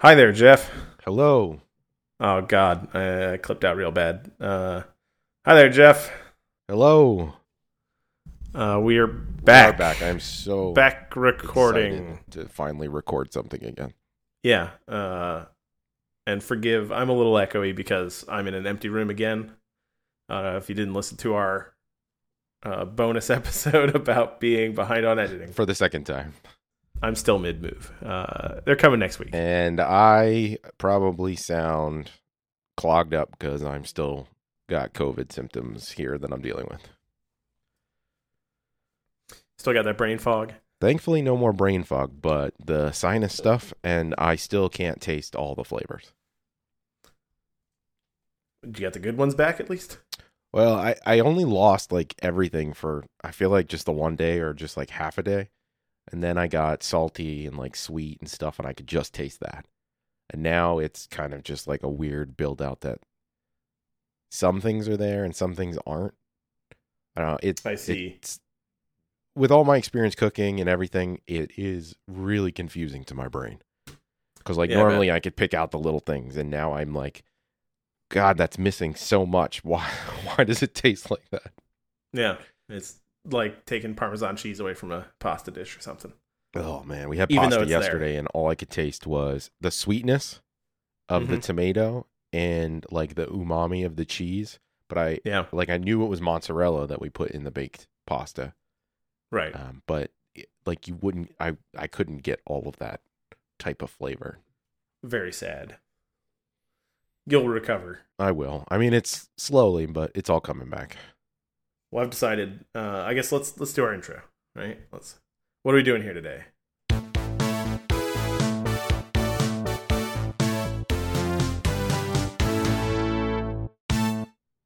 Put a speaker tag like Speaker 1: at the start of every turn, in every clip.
Speaker 1: Hi there, Jeff.
Speaker 2: Hello.
Speaker 1: Oh God, I, I clipped out real bad. Uh, hi there, Jeff.
Speaker 2: Hello.
Speaker 1: Uh, we are back.
Speaker 2: We are back. I'm so
Speaker 1: back recording.
Speaker 2: excited to finally record something again.
Speaker 1: Yeah. Uh, and forgive, I'm a little echoey because I'm in an empty room again. Uh, if you didn't listen to our uh, bonus episode about being behind on editing,
Speaker 2: For the second time.
Speaker 1: I'm still mid move. Uh, they're coming next week.
Speaker 2: And I probably sound clogged up because I'm still got COVID symptoms here that I'm dealing with.
Speaker 1: Still got that brain fog.
Speaker 2: Thankfully, no more brain fog, but the sinus stuff, and I still can't taste all the flavors.
Speaker 1: Did you get the good ones back at least?
Speaker 2: Well, I, I only lost like everything for I feel like just the one day or just like half a day. And then I got salty and like sweet and stuff and I could just taste that. And now it's kind of just like a weird build out that some things are there and some things aren't. I don't know. It's
Speaker 1: I see.
Speaker 2: it's- with all my experience cooking and everything, it is really confusing to my brain. Cuz like
Speaker 1: Yeah, I bet.
Speaker 2: normally I could pick out the little things and now I'm like God, that's missing so much. Why why does it taste like that?
Speaker 1: Yeah, it's like taking Parmesan cheese away from a pasta dish or something.
Speaker 2: Oh man, we had
Speaker 1: Even though
Speaker 2: pasta
Speaker 1: it's there.
Speaker 2: yesterday and all I could taste was the sweetness of the
Speaker 1: Mhm.
Speaker 2: tomato and like the umami of the cheese. But I
Speaker 1: Yeah,
Speaker 2: like I knew it was mozzarella that we put in the baked pasta.
Speaker 1: right.
Speaker 2: Um, but it- like you wouldn't I I couldn't get all of that type of flavor.
Speaker 1: Very sad. You'll recover.
Speaker 2: I will. I mean it's slowly, but it's all coming back.
Speaker 1: Well, I've decided. Uh, I guess let's let's do our intro, right? Let's. What are we doing here today?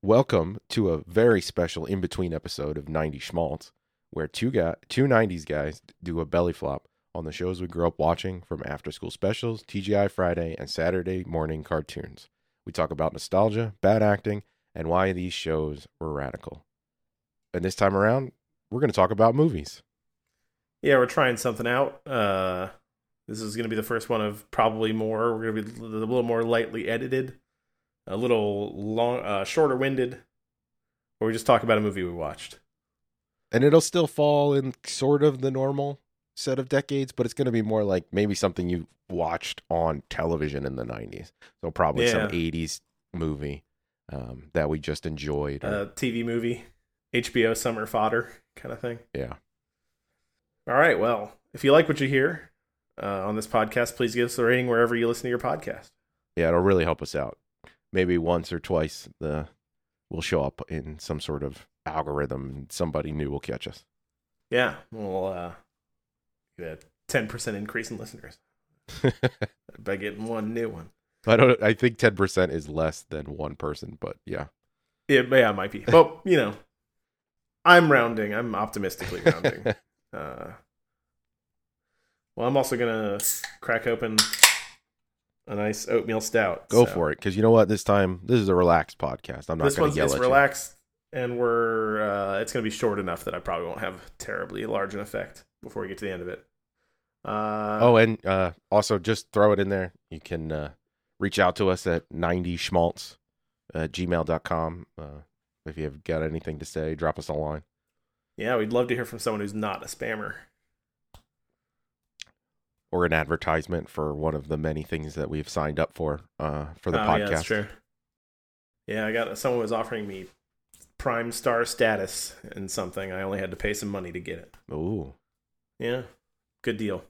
Speaker 2: Welcome to a very special in between episode of 90 Schmaltz, where two, guy, two 90s guys do a belly flop on the shows we grew up watching from after school specials, TGI Friday, and Saturday morning cartoons. We talk about nostalgia, bad acting, and why these shows were radical. And this time around, we're going to talk about movies.
Speaker 1: Yeah, we're trying something out. Uh, this is going to be the first one of probably more. We're going to be a little more lightly edited, a little long, uh, shorter winded, where we just talk about a movie we watched.
Speaker 2: And it'll still fall in sort of the normal set of decades, but it's going to be more like maybe something you watched on television in the 90s. So probably
Speaker 1: Yeah.
Speaker 2: some 80s movie um, that we just enjoyed. or-
Speaker 1: Uh, TV movie, HBO summer fodder kind of thing.
Speaker 2: yeah.
Speaker 1: All right. Well, if you like what you hear uh, on this podcast, please give us a rating wherever you listen to your podcast.
Speaker 2: Yeah, it'll really help us out. Maybe once or twice the we'll show up in some sort of algorithm and somebody new will catch us.
Speaker 1: Yeah, we'll uh, get a ten percent increase in listeners by getting one new one.
Speaker 2: I don't I think 10% is less than one person, but yeah.
Speaker 1: It, yeah, it might be. Well, you know, I'm rounding. I'm optimistically rounding. uh, well, I'm also gonna crack open a nice oatmeal stout.
Speaker 2: Go
Speaker 1: so.
Speaker 2: for it cuz you know what this time this is a relaxed podcast. I'm not
Speaker 1: this
Speaker 2: going
Speaker 1: one's
Speaker 2: to yell
Speaker 1: it's
Speaker 2: at
Speaker 1: relaxed and we're uh, it's going to be short enough that i probably won't have terribly large an effect before we get to the end of it uh,
Speaker 2: you. Oh, and uh also just throw it in there. You can uh reach out to us at 90schmaltz uh, gmail.com uh if you've got anything to say, drop us a line.
Speaker 1: yeah we'd love to hear from someone who's not a spammer
Speaker 2: or an advertisement for one of the many things that we've signed up for uh, for the
Speaker 1: Oh, yeah, that's
Speaker 2: podcast.
Speaker 1: true. yeah i got someone was offering me prime star status and something i only had to pay some money to get it
Speaker 2: Ooh,
Speaker 1: yeah good deal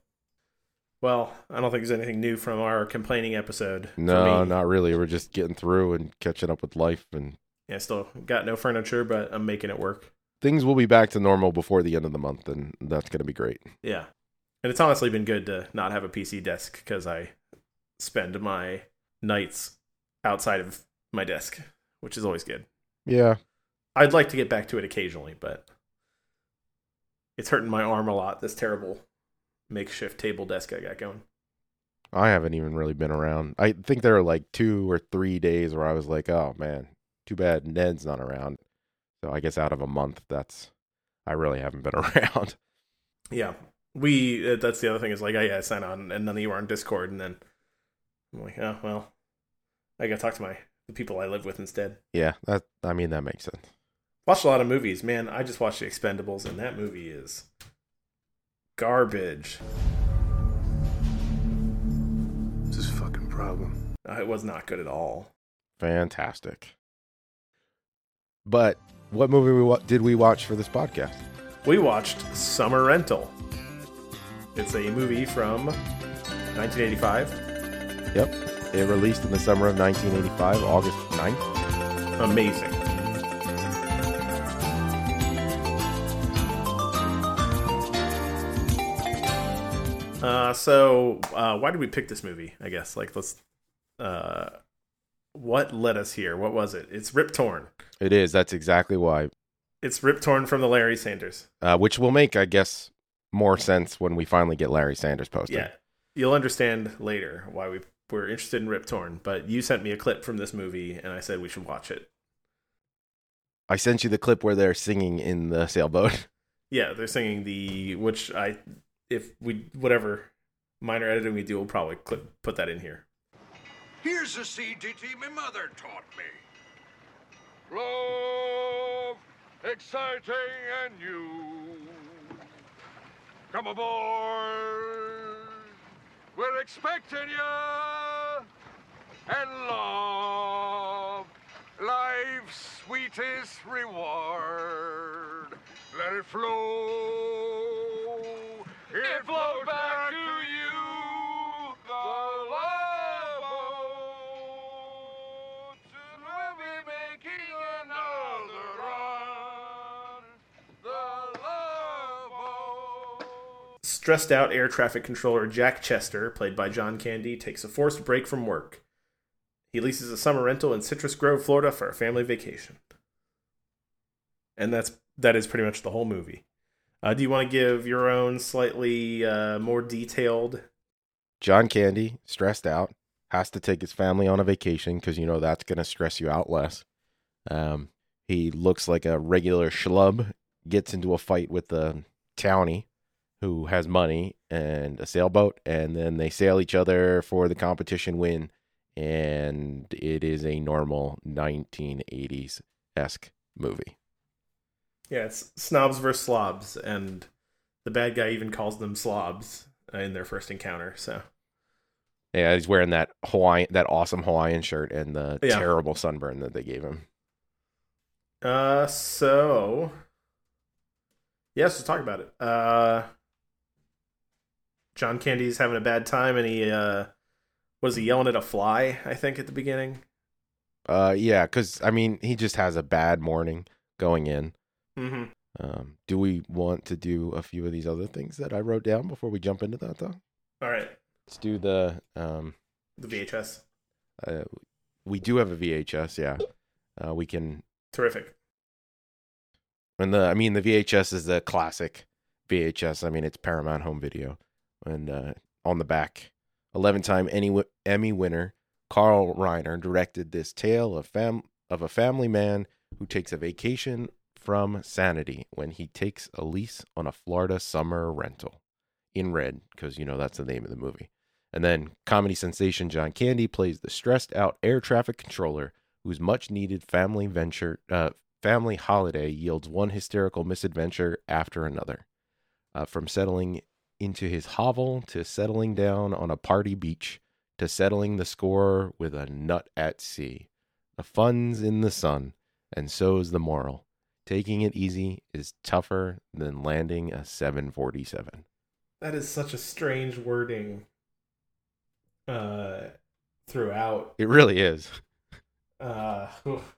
Speaker 1: well i don't think there's anything new from our complaining episode for
Speaker 2: no,
Speaker 1: me.
Speaker 2: not really. We're just getting through and catching up with life, and
Speaker 1: yeah still got no furniture but i'm making it work
Speaker 2: things will be back to normal before the end of the month, and that's going to be great.
Speaker 1: Yeah. And it's honestly been good to not have a PC desk because I spend my nights outside of my desk, which is always good.
Speaker 2: Yeah,
Speaker 1: I'd like to get back to it occasionally, but it's hurting my arm a lot, this terrible makeshift table desk I got going.
Speaker 2: I haven't even really been around. I think there were like two or three days where I was like, "Oh man, too bad Ned's not around." So I guess out of a month, that's I really haven't been around.
Speaker 1: oh, Yeah. We, uh, that's the other thing is like, I, I sign on and none of you are on Discord. And then I'm like, oh well, I gotta talk to my the people I live with instead.
Speaker 2: Yeah, that I mean that makes sense.
Speaker 1: Watched a lot of movies, man. I just watched The Expendables, and that movie is garbage.
Speaker 3: It's his fucking problem.
Speaker 1: Uh, It was not good at all.
Speaker 2: Fantastic. But what movie we wa- did we watch for this podcast?
Speaker 1: We watched Summer Rental. It's a movie from 1985.
Speaker 2: Yep, it released in the summer of 1985, August 9th.
Speaker 1: Amazing. Uh, so, uh, why did we pick this movie? I guess like let's. Uh, what led us here? What was it? It's Rip Torn.
Speaker 2: It is. That's exactly why.
Speaker 1: It's Rip Torn from the Larry Sanders.
Speaker 2: Uh, which will make, I guess, more sense when we finally get Larry Sanders posted.
Speaker 1: Yeah, you'll understand later why we were interested in Rip Torn. But you sent me a clip from this movie, and I said we should watch it.
Speaker 2: I sent you the clip where they're singing in the sailboat.
Speaker 1: Yeah, they're singing the which I if we whatever minor editing we do, we'll probably clip put that in here.
Speaker 3: Here's a CDT my mother taught me. Love, exciting and new. Come aboard. We're expecting ya. And love, life's sweetest reward. Let it flow. It, flows back, to you. The love boat. Soon we'll be making another run. The love boat.
Speaker 1: Stressed out air traffic controller Jack Chester, played by John Candy, takes a forced break from work. He leases a summer rental in Citrus Grove, Florida for a family vacation. And that's that is pretty much the whole movie. Uh, do you want to give your own slightly uh, more detailed?
Speaker 2: John Candy, stressed out, has to take his family on a vacation because you know that's going to stress you out less. Um, he looks like a regular schlub, gets into a fight with the townie who has money and a sailboat, and then they sail each other for the competition win. And it is a normal 1980s esque movie.
Speaker 1: Yeah, it's snobs versus slobs, and the bad guy even calls them slobs uh, in their first encounter. So
Speaker 2: Yeah, he's wearing that Hawaiian, that awesome Hawaiian shirt and the
Speaker 1: Yeah.
Speaker 2: terrible sunburn that they gave him.
Speaker 1: Uh, so yes, let's talk about it. Uh, John Candy's having a bad time, and he uh, was he yelling at a fly? I think at the beginning.
Speaker 2: Uh, yeah, because I mean, he just has a bad morning going in.
Speaker 1: Mm-hmm.
Speaker 2: Um, do we want to do a few of these other things that I wrote down before we jump into that though?
Speaker 1: All right,
Speaker 2: Let's do the um,
Speaker 1: the VHS,
Speaker 2: uh, we do have a VHS, yeah. Uh, we can,
Speaker 1: terrific.
Speaker 2: and the I mean, the VHS is the classic VHS. I mean, it's Paramount Home Video, and uh, on the back, eleven-time any Emmy winner Carl Reiner directed this tale of fam of a family man who takes a vacation from sanity when he takes a lease on a Florida summer rental in red because you know that's the name of the movie. And then comedy sensation John Candy plays the stressed out air traffic controller whose much needed family venture uh, family holiday yields one hysterical misadventure after another. Uh, from settling into his hovel to settling down on a party beach to settling the score with a nut at sea. The fun's in the sun, and so's the moral. Taking it easy is tougher than landing a 747.
Speaker 1: That is such a strange wording. Uh, throughout,
Speaker 2: It really is.
Speaker 1: uh,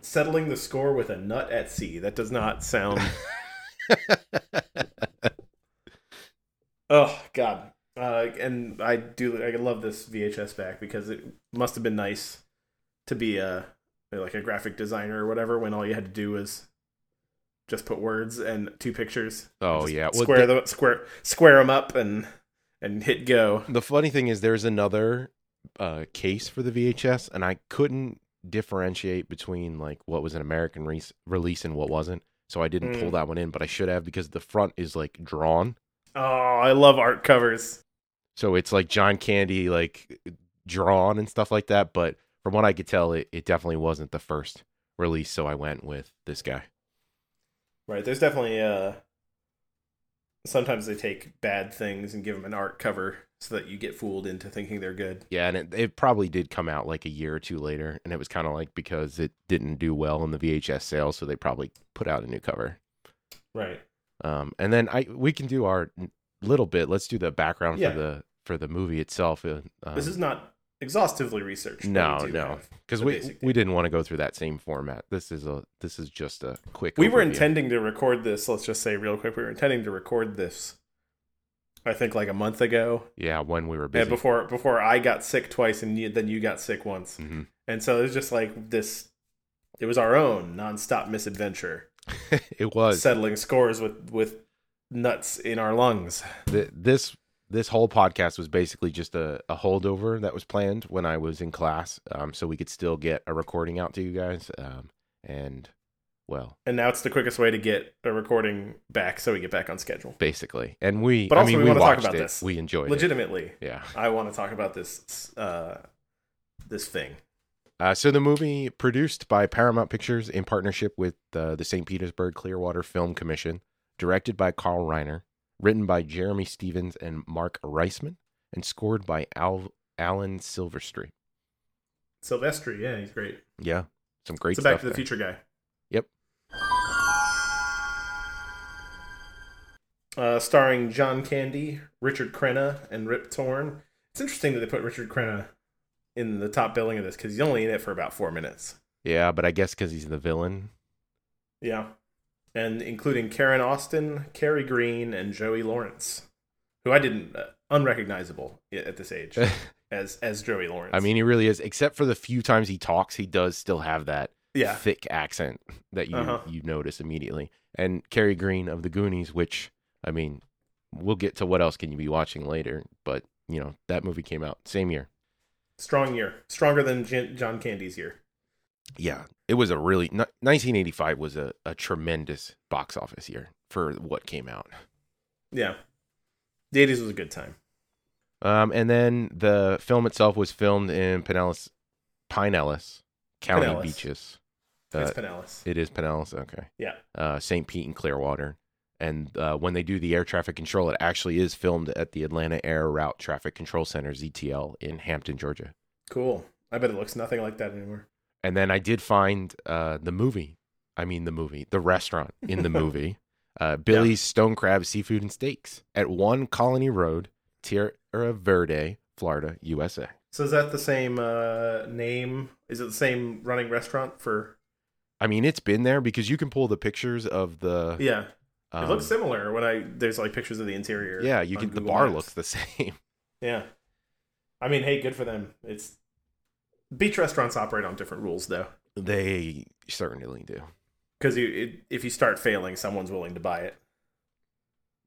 Speaker 1: settling the score with a nut at sea. That does not sound Oh God! Uh, and I do. I love this VHS back because it must have been nice to be a like a graphic designer or whatever when all you had to do was just put words and two pictures.
Speaker 2: oh
Speaker 1: Just
Speaker 2: yeah. Well,
Speaker 1: square
Speaker 2: the-
Speaker 1: the square square them up and and hit go.
Speaker 2: the funny thing is there's another uh, case for the VHS, and I couldn't differentiate between like what was an American re- release and what wasn't. So I didn't pull
Speaker 1: Mm.
Speaker 2: that one in, but I should have because the front is like drawn.
Speaker 1: Oh, I love art covers.
Speaker 2: So it's like John Candy, like drawn and stuff like that. But from what I could tell, it, it definitely wasn't the first release. So I went with this guy.
Speaker 1: Right. There's definitely uh sometimes they take bad things and give them an art cover so that you get fooled into thinking they're good.
Speaker 2: Yeah. And it, it probably did come out like a year or two later. And it was kind of like because it didn't do well in the VHS sales. So they probably put out a new cover.
Speaker 1: Right.
Speaker 2: Um, and then I we can do our n- little bit. Let's do the background
Speaker 1: Yeah.
Speaker 2: for the for the movie itself. uh, Um,
Speaker 1: this is not exhaustively researched. but we
Speaker 2: no,
Speaker 1: do
Speaker 2: no,
Speaker 1: have-
Speaker 2: because
Speaker 1: the
Speaker 2: we
Speaker 1: basic
Speaker 2: we
Speaker 1: thing.
Speaker 2: didn't want to go through that same format. This is a this is just a quick.
Speaker 1: We were
Speaker 2: overview.
Speaker 1: intending to record this, let's just say real quick, we were intending to record this I think like a month ago.
Speaker 2: yeah, when we were busy.
Speaker 1: And before before I got sick twice and you, then you got sick once.
Speaker 2: Mhm.
Speaker 1: And so it was just like this it was our own nonstop misadventure.
Speaker 2: it was
Speaker 1: settling scores with with nuts in our lungs.
Speaker 2: th- this this whole podcast was basically just a, a holdover that was planned when I was in class, um, so we could still get a recording out to you guys. Um, and well,
Speaker 1: And now it's the quickest way to get a recording back so we get back on schedule.
Speaker 2: basically, and we.
Speaker 1: But
Speaker 2: I
Speaker 1: also
Speaker 2: mean,
Speaker 1: we
Speaker 2: we,
Speaker 1: wanna talk
Speaker 2: watched
Speaker 1: about
Speaker 2: it.
Speaker 1: this.
Speaker 2: We enjoyed it.
Speaker 1: Legitimately,
Speaker 2: Yeah.
Speaker 1: I want to talk about this uh this thing.
Speaker 2: Uh, so the movie, produced by Paramount Pictures in partnership with uh, the St. Petersburg Clearwater Film Commission, directed by Carl Reiner, written by Jeremy Stevens and Mark Reisman, and scored by Al- Alan Silverstreet.
Speaker 1: Silvestri, yeah, he's great.
Speaker 2: Yeah, some great
Speaker 1: It's a
Speaker 2: stuff.
Speaker 1: Back to the
Speaker 2: there.
Speaker 1: Future guy.
Speaker 2: Yep.
Speaker 1: Uh, starring John Candy, Richard Crenna, and Rip Torn. It's interesting that they put Richard Crenna in the top billing of this because he's only in it for about four minutes.
Speaker 2: Yeah, but I guess because he's the villain.
Speaker 1: Yeah. And including Karen Austin, Carrie Green, and Joey Lawrence, who I didn't uh, unrecognizable i- at this age as as Joey Lawrence.
Speaker 2: I mean, he really is. Except for the few times he talks, he does still have that
Speaker 1: yeah,
Speaker 2: thick accent that you
Speaker 1: Uh-huh.
Speaker 2: you notice immediately. And Carrie Green of the Goonies, which I mean, we'll get to what else can you be watching later, but you know that movie came out same year.
Speaker 1: strong year, stronger than Jan- John Candy's year.
Speaker 2: Yeah, it was a really ni- 1985 was a, a tremendous box office year for what came out.
Speaker 1: Yeah, the eighties was a good time.
Speaker 2: Um, and then the film itself was filmed in Pinellas, Pinellas County
Speaker 1: Pinellas.
Speaker 2: Beaches.
Speaker 1: It's
Speaker 2: Uh,
Speaker 1: Pinellas.
Speaker 2: It is Pinellas. Okay.
Speaker 1: Yeah.
Speaker 2: Uh, St. Pete and Clearwater. And uh, when they do the air traffic control, it actually is filmed at the Atlanta Air Route Traffic Control Center, ZTL, in Hampton, Georgia.
Speaker 1: Cool. I bet it looks nothing like that anymore.
Speaker 2: And then I did find uh, the movie. I mean, the movie, the restaurant in the movie, uh, Billy's Stone Crab Seafood and Steaks at 1 Colony Road, Tierra Verde, Florida, USA.
Speaker 1: So is that the same uh, name? Is it the same running restaurant for?
Speaker 2: I mean, it's been there because you can pull the pictures of the.
Speaker 1: Yeah, it
Speaker 2: um,
Speaker 1: looks similar. When I there's like pictures of the interior.
Speaker 2: Yeah, you
Speaker 1: on
Speaker 2: can. The
Speaker 1: Google
Speaker 2: bar
Speaker 1: Maps.
Speaker 2: looks the same.
Speaker 1: Yeah. I mean, hey, good for them. It's beach restaurants operate on different rules though,
Speaker 2: They certainly do.
Speaker 1: because you it, if you start failing, someone's willing to buy it.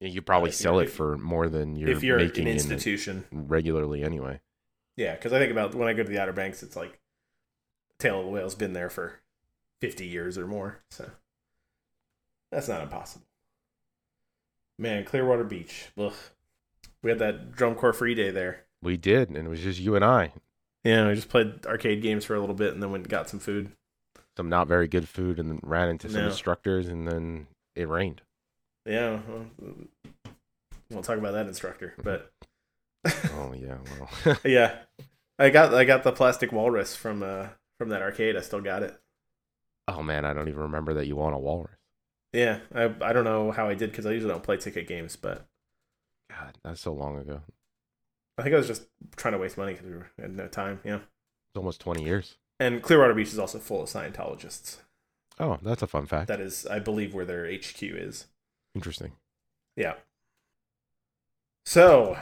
Speaker 2: Yeah, You probably
Speaker 1: if you're-
Speaker 2: sell it
Speaker 1: if-
Speaker 2: for more than you're,
Speaker 1: if you're
Speaker 2: making
Speaker 1: an
Speaker 2: in-
Speaker 1: institution,
Speaker 2: regularly anyway.
Speaker 1: yeah. Because I think about when I go to the Outer Banks, it's like Tail of the Whale's been there for fifty years or more, so that's not impossible. Man, Clearwater Beach. Ugh. We had that drum corps free day there.
Speaker 2: We did, and it was just you and I.
Speaker 1: Yeah, we just played arcade games for a little bit and then went and got some food.
Speaker 2: Some not very good food, and then ran into some
Speaker 1: No.
Speaker 2: instructors, and then it rained.
Speaker 1: Yeah, well, we'll talk about that instructor. But
Speaker 2: oh yeah, well,
Speaker 1: yeah, I got I got the plastic walrus from uh from that arcade. I still got it.
Speaker 2: oh man, I don't even remember that you won a walrus.
Speaker 1: Yeah, I I don't know how I did because I usually don't play ticket games, but
Speaker 2: God, that's so long ago.
Speaker 1: I think I was just trying to waste money because we were- had no time. Yeah,
Speaker 2: It's almost twenty years.
Speaker 1: and Clearwater Beach is also full of Scientologists.
Speaker 2: Oh, that's a fun fact.
Speaker 1: That is, I believe, where their HQ is.
Speaker 2: Interesting.
Speaker 1: Yeah. So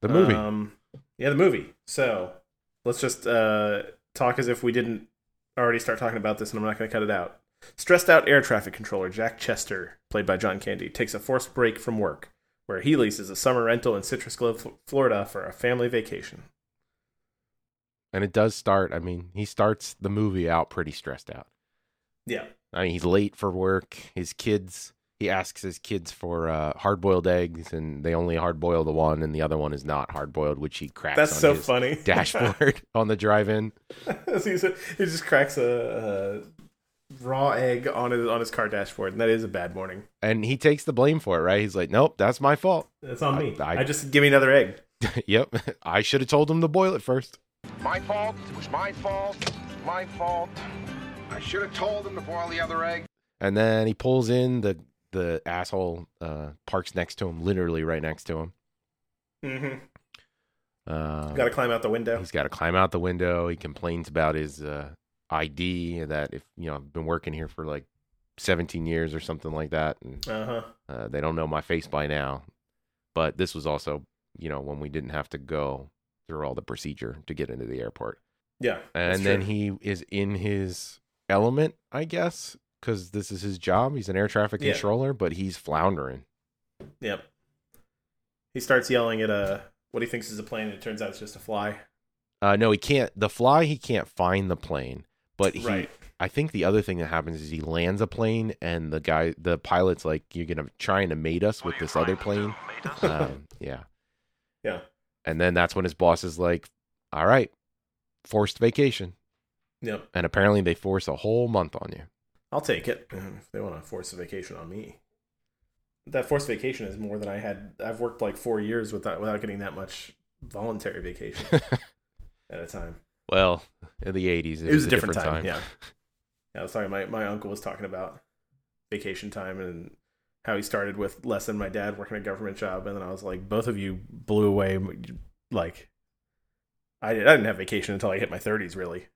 Speaker 2: The movie.
Speaker 1: Um, yeah, the movie. So let's just uh, talk as if we didn't already start talking about this, and I'm not going to cut it out. Stressed out air traffic controller Jack Chester, played by John Candy, takes a forced break from work, where he leases a summer rental in Citrus Grove, F- Florida, for a family vacation.
Speaker 2: and it does start. I mean, he starts the movie out pretty stressed out.
Speaker 1: Yeah,
Speaker 2: I mean, he's late for work. His kids he asks his kids for uh, hard boiled eggs, and they only hard boil the one, and the other one is not hard boiled, which he cracks.
Speaker 1: That's
Speaker 2: on
Speaker 1: so
Speaker 2: his
Speaker 1: funny.
Speaker 2: Dashboard on the drive-in.
Speaker 1: So he said- he just cracks a, a raw egg on his on his car dashboard, and that is a bad morning.
Speaker 2: and he takes the blame for it, right? He's like, "Nope, that's my fault."
Speaker 1: That's on
Speaker 2: I-
Speaker 1: me. I,
Speaker 2: I-
Speaker 1: just give me another egg.
Speaker 2: yep, I should have told him to boil it first.
Speaker 3: My fault. It was my fault. My fault. I should have told him to boil the other egg.
Speaker 2: And then he pulls in the the asshole uh, parks next to him, literally right next to him.
Speaker 1: hmm
Speaker 2: Uh,
Speaker 1: Got to climb out the window.
Speaker 2: he's got to climb out the window. He complains about his uh, ID that if you know I've been working here for like 17 years or something like that, and
Speaker 1: Uh huh.
Speaker 2: uh, they don't know my face by now. But this was also you know when we didn't have to go through all the procedure to get into the airport.
Speaker 1: Yeah. that's
Speaker 2: and then
Speaker 1: true.
Speaker 2: he is in his element, I guess, because this is his job. He's an air traffic
Speaker 1: Yeah.
Speaker 2: controller, but he's floundering.
Speaker 1: Yep. He starts yelling at a what he thinks is a plane, and it turns out it's just a fly.
Speaker 2: Uh, no, he can't. The fly, he can't find the plane, but he.
Speaker 1: Right.
Speaker 2: I think the other thing that happens is he lands a plane, and the guy, the pilot's like, "You're gonna trying to mate us with this other plane." um, yeah,
Speaker 1: Yeah.
Speaker 2: and then that's when his boss is like, "All right, forced vacation,"
Speaker 1: Yep.
Speaker 2: and apparently they force a whole month on you.
Speaker 1: I'll take it. Mm-hmm. If they want to force a vacation on me, that forced vacation is more than I had. I've worked like four years without without getting that much voluntary vacation at a time.
Speaker 2: Well, in the '80s, it,
Speaker 1: It, was, a different, time. Yeah. Yeah, I was talking. My my uncle was talking about vacation time and how he started with less than my dad working a government job, and then I was like, both of you blew away. m- Like, I did, I didn't have vacation until I hit my thirties, really,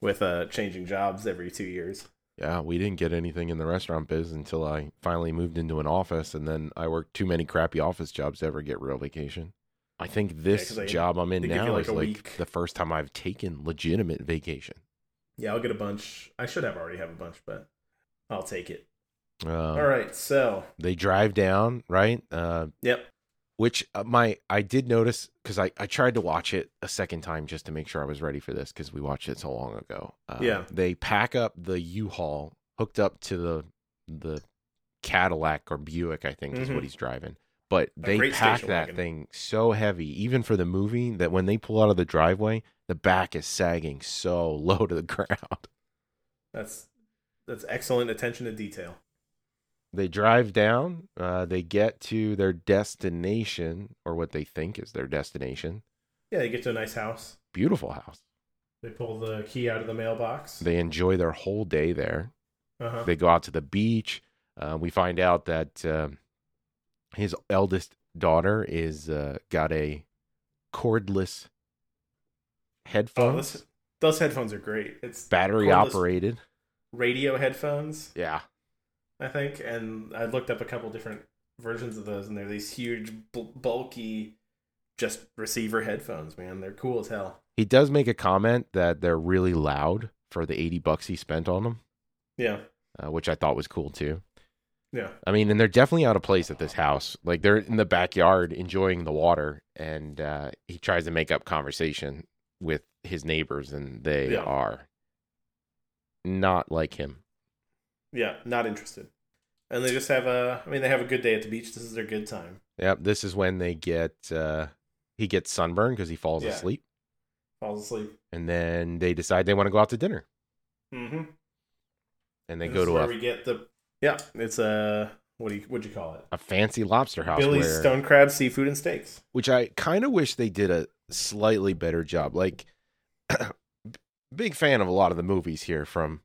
Speaker 1: with uh changing jobs every two years.
Speaker 2: Yeah, we didn't get anything in the restaurant biz until I finally moved into an office, and then I worked too many crappy office jobs to ever get real vacation. I think this
Speaker 1: 'cause they-
Speaker 2: job I'm in
Speaker 1: they give you
Speaker 2: now
Speaker 1: like
Speaker 2: is
Speaker 1: a
Speaker 2: like
Speaker 1: week.
Speaker 2: the first time I've taken legitimate vacation.
Speaker 1: Yeah, I'll get a bunch. I should have already have a bunch, but I'll take it.
Speaker 2: Um,
Speaker 1: All right, so
Speaker 2: They drive down, right? Uh,
Speaker 1: yep,
Speaker 2: which uh, my I did notice because I, I tried to watch it a second time just to make sure I was ready for this because we watched it so long ago. Uh,
Speaker 1: Yeah.
Speaker 2: they pack up the U-Haul hooked up to the the Cadillac or Buick, I think is
Speaker 1: Mhm.
Speaker 2: what he's driving. But they
Speaker 1: great
Speaker 2: pack
Speaker 1: station
Speaker 2: that
Speaker 1: wagon.
Speaker 2: thing so heavy, even for the movie, that when they pull out of the driveway, the back is sagging so low to the ground.
Speaker 1: that's that's excellent attention to detail.
Speaker 2: they drive down uh, they get to their destination or what they think is their destination
Speaker 1: Yeah, they get to a nice house.
Speaker 2: beautiful house
Speaker 1: They pull the key out of the mailbox.
Speaker 2: they enjoy their whole day there
Speaker 1: uh-huh.
Speaker 2: they go out to the beach uh, we find out that um his eldest daughter is uh, got a cordless
Speaker 1: Oh,
Speaker 2: headphones
Speaker 1: those, those headphones are great. It's
Speaker 2: battery
Speaker 1: cordless
Speaker 2: operated
Speaker 1: radio headphones,
Speaker 2: yeah
Speaker 1: I think. And I looked up a couple different versions of those, and they're these huge, bul- bulky, just receiver headphones. Man, they're cool as hell.
Speaker 2: he does make a comment that they're really loud for the 80 bucks he spent on them
Speaker 1: Yeah,
Speaker 2: uh, which i thought was cool too
Speaker 1: yeah,
Speaker 2: I mean, and they're definitely out of place at this house. Like they're in the backyard enjoying the water, and uh, he tries to make up conversation with his neighbors, and they
Speaker 1: Yeah.
Speaker 2: are not like him.
Speaker 1: yeah. Not interested. And they just have a. I mean, they have a good day at the beach. This is their good time.
Speaker 2: Yep, this is when they get uh, he gets sunburned because he falls
Speaker 1: Yeah.
Speaker 2: asleep,
Speaker 1: Falls asleep.
Speaker 2: and then they decide they want to go out to dinner,
Speaker 1: Mm-hmm.
Speaker 2: and they go to
Speaker 1: where
Speaker 2: a,
Speaker 1: we get the. Yeah, it's a. What do you what'd you call it?
Speaker 2: a fancy lobster house
Speaker 1: Billy's
Speaker 2: where,
Speaker 1: stone crab, seafood, and steaks.
Speaker 2: which I kind of wish they did a slightly better job. Like, big fan of a lot of the movies here from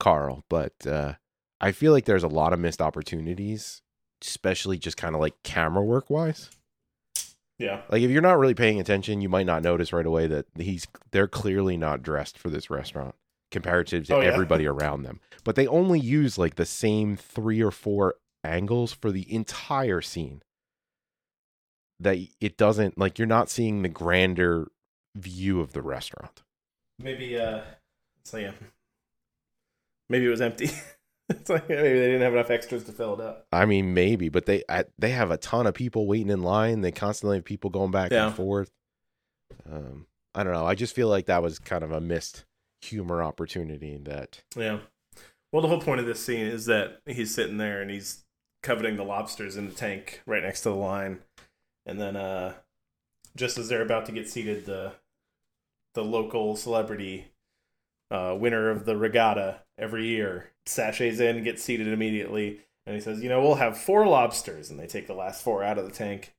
Speaker 2: Carl, but uh, I feel like there's a lot of missed opportunities, especially just kind of like camera work wise.
Speaker 1: Yeah.
Speaker 2: Like, if you're not really paying attention, you might not notice right away that he's they're clearly not dressed for this restaurant comparative to
Speaker 1: Oh, yeah.
Speaker 2: everybody around them. But they only use like the same three or four angles for the entire scene. That it doesn't like you're not seeing the grander view of the restaurant.
Speaker 1: maybe uh so yeah maybe it was empty it's like maybe they didn't have enough extras to fill it up
Speaker 2: I mean, maybe, but they I, they have a ton of people waiting in line. They constantly have people going back
Speaker 1: Yeah.
Speaker 2: and forth. Um, I don't know. I just feel like that was kind of a missed humor opportunity that
Speaker 1: yeah Well, the whole point of this scene is that he's sitting there and he's coveting the lobsters in the tank right next to the line, and then uh, just as they're about to get seated, the the local celebrity uh, winner of the regatta every year sachets in, gets seated immediately, and he says, "You know, we'll have four lobsters," and they take the last four out of the tank.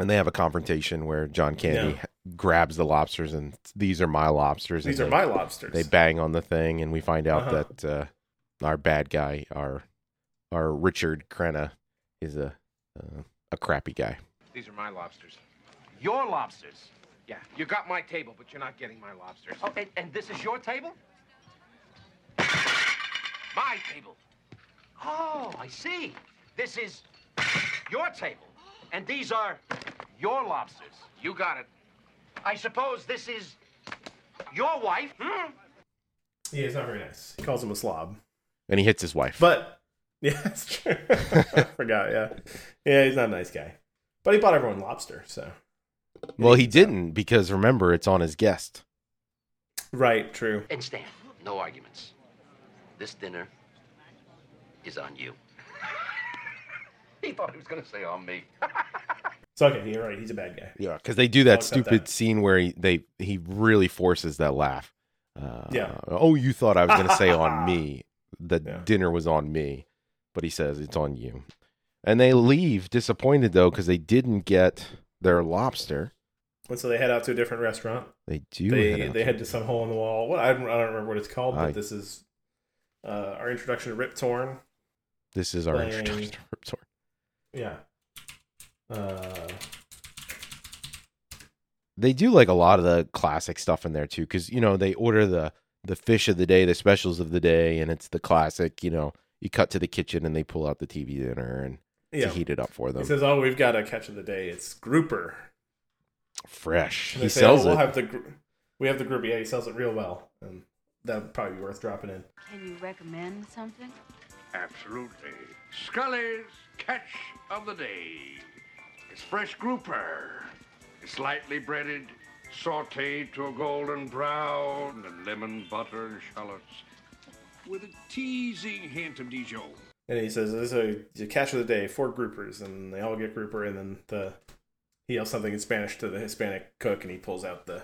Speaker 2: And they have a confrontation where John Candy grabs the lobsters and these are my lobsters.
Speaker 1: These
Speaker 2: and
Speaker 1: are
Speaker 2: they,
Speaker 1: my lobsters.
Speaker 2: They bang on the thing, and we find out
Speaker 1: Uh-huh.
Speaker 2: that uh, our bad guy, our our Richard Crenna, is a uh, a crappy guy.
Speaker 3: These are my lobsters. Your lobsters? Yeah, you got my table, but you're not getting my lobsters.
Speaker 4: Oh, and, and this is your table?
Speaker 3: My table.
Speaker 4: Oh, I see. This is your table. And these are your lobsters.
Speaker 3: You got it.
Speaker 4: I suppose this is your wife? Hmm?
Speaker 1: yeah, it's not very nice. He calls him a slob.
Speaker 2: And he hits his wife.
Speaker 1: But yeah, that's true. I forgot. Yeah, yeah, he's not a nice guy. But he bought everyone lobster. So
Speaker 2: well, he didn't because remember, it's on his guest.
Speaker 1: right, true.
Speaker 4: And Stan, no arguments. This dinner is on you.
Speaker 3: He thought he was going to say on me.
Speaker 1: So okay, you're right. He's a bad guy.
Speaker 2: Yeah, because they do that
Speaker 1: I'll accept
Speaker 2: stupid
Speaker 1: that.
Speaker 2: scene where he they he really forces that laugh. Uh,
Speaker 1: Yeah.
Speaker 2: Oh, you thought I was going to say on me. The
Speaker 1: Yeah.
Speaker 2: dinner was on me, but he says it's on you. And they leave disappointed though because they didn't get their lobster.
Speaker 1: And so they head out to a different restaurant.
Speaker 2: They do.
Speaker 1: they
Speaker 2: head out
Speaker 1: they
Speaker 2: to-
Speaker 1: head to some hole in the wall. Well, I don't, I don't remember what it's called, but
Speaker 2: I-
Speaker 1: this is uh, our introduction to Rip Torn.
Speaker 2: This is our
Speaker 1: They-
Speaker 2: introduction to Rip Torn.
Speaker 1: Yeah. Uh,
Speaker 2: They do like a lot of the classic stuff in there too, because you know they order the the fish of the day, the specials of the day, and it's the classic. You know, you cut to the kitchen and they pull out the TV dinner and
Speaker 1: yeah.
Speaker 2: to heat it up for
Speaker 1: He
Speaker 2: them.
Speaker 1: says, "Oh, we've got a catch of the day. It's grouper."
Speaker 2: Fresh.
Speaker 1: And
Speaker 2: He
Speaker 1: they say,
Speaker 2: sells
Speaker 1: oh, we'll
Speaker 2: it.
Speaker 1: Have the gr- we have the grouper. Yeah, he sells it real well, and that would probably be worth dropping in.
Speaker 5: Can you recommend something?
Speaker 3: Absolutely. Scully's catch of the day. It's fresh grouper. It's lightly breaded, sauteed to a golden brown, and lemon butter and shallots, with a teasing hint of Dijon.
Speaker 1: And he says, "This is a the catch of the day, four groupers," and they all get grouper. And then the he yells something in Spanish to the Hispanic cook, and he pulls out the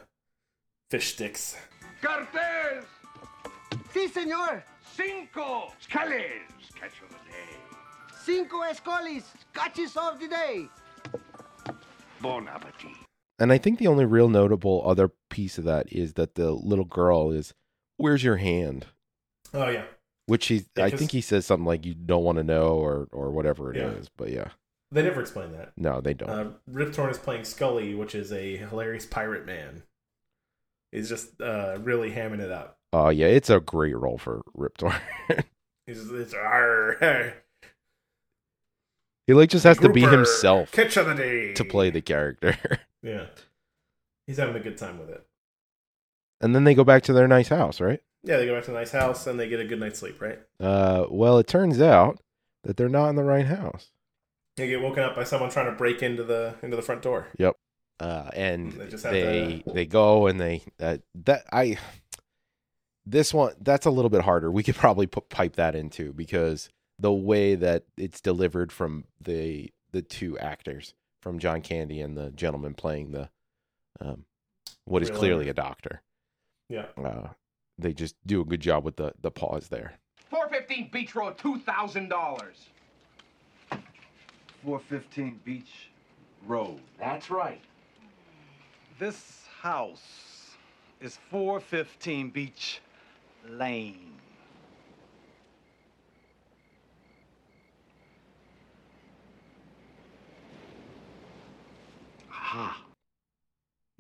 Speaker 1: fish sticks.
Speaker 3: Cortez!
Speaker 6: Sí, señor.
Speaker 3: Cinco! Scully's catch of the day.
Speaker 6: Cinco escolis. Catches of the day.
Speaker 3: Bon appetit.
Speaker 2: And I think the only real notable other piece of that is that the little girl is, "Where's your hand?"
Speaker 1: Oh yeah,
Speaker 2: Which he,
Speaker 1: Yeah,
Speaker 2: I
Speaker 1: 'cause-
Speaker 2: think he says something like, "You don't want to know," or or whatever it is.
Speaker 1: Yeah.
Speaker 2: But yeah,
Speaker 1: they never explain that.
Speaker 2: no, they don't.
Speaker 1: Uh, Rip Torn is playing Scully, which is a hilarious pirate man. He's just uh, really hamming it up.
Speaker 2: Oh yeah, it's a great role for Rip Torn.
Speaker 1: He's just, it's "Arr,
Speaker 2: he like just has to be
Speaker 1: grouper,
Speaker 2: himself
Speaker 1: Catch of the day
Speaker 2: to play the character.
Speaker 1: Yeah, he's having a good time with it.
Speaker 2: and then they go back to their nice house, right?
Speaker 1: Yeah, they go back to a nice house and they get a good night's sleep. Right?
Speaker 2: Uh, well, it turns out that they're not in the right house.
Speaker 1: They get woken up by someone trying to break into the into the front door.
Speaker 2: uh, and
Speaker 1: They
Speaker 2: they
Speaker 1: just have
Speaker 2: they, go and they uh, that I this one that's a little bit harder. We could probably put pipe that into because the way that it's delivered from the the two actors from John Candy and the gentleman playing the um, what is
Speaker 1: Real
Speaker 2: clearly
Speaker 1: owner.
Speaker 2: a doctor.
Speaker 1: Yeah.
Speaker 2: Uh, they just do a good job with the the pause there.
Speaker 3: 415 Beach Road, $2,000.
Speaker 7: 415 Beach Road.
Speaker 4: That's right.
Speaker 7: This house is 415 Beach Lane.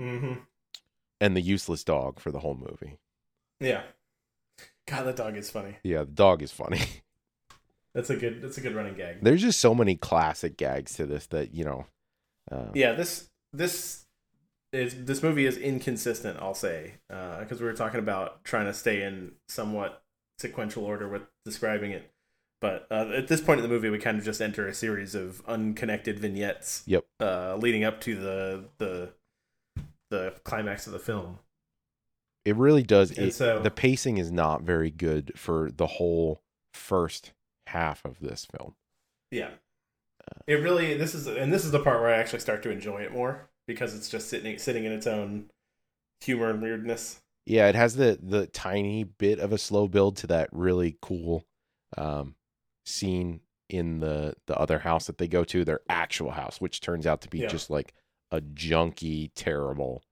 Speaker 1: Mm-hmm.
Speaker 2: And the useless dog for the whole movie.
Speaker 1: Yeah. God, that dog is funny.
Speaker 2: Yeah, the dog is funny.
Speaker 1: That's a good. That's a good running gag.
Speaker 2: There's just so many classic gags to this that you know. Uh,
Speaker 1: Yeah. This this is this movie is inconsistent. I'll say because we were talking about trying to stay in somewhat sequential order with describing it, but uh, at this point in the movie, we kind of just enter a series of unconnected vignettes.
Speaker 2: Yep.
Speaker 1: Uh, leading up to the the the climax of the film.
Speaker 2: It really does.
Speaker 1: And
Speaker 2: It,
Speaker 1: so-
Speaker 2: the pacing is not very good for the whole first half of this film.
Speaker 1: Yeah. It really this is and this is the part where I actually start to enjoy it more because it's just sitting sitting in its own humor and weirdness.
Speaker 2: Yeah, it has the the tiny bit of a slow build to that really cool um, scene in the the other house that they go to, their actual house, which turns out to be
Speaker 1: Yeah.
Speaker 2: just like a junky, terrible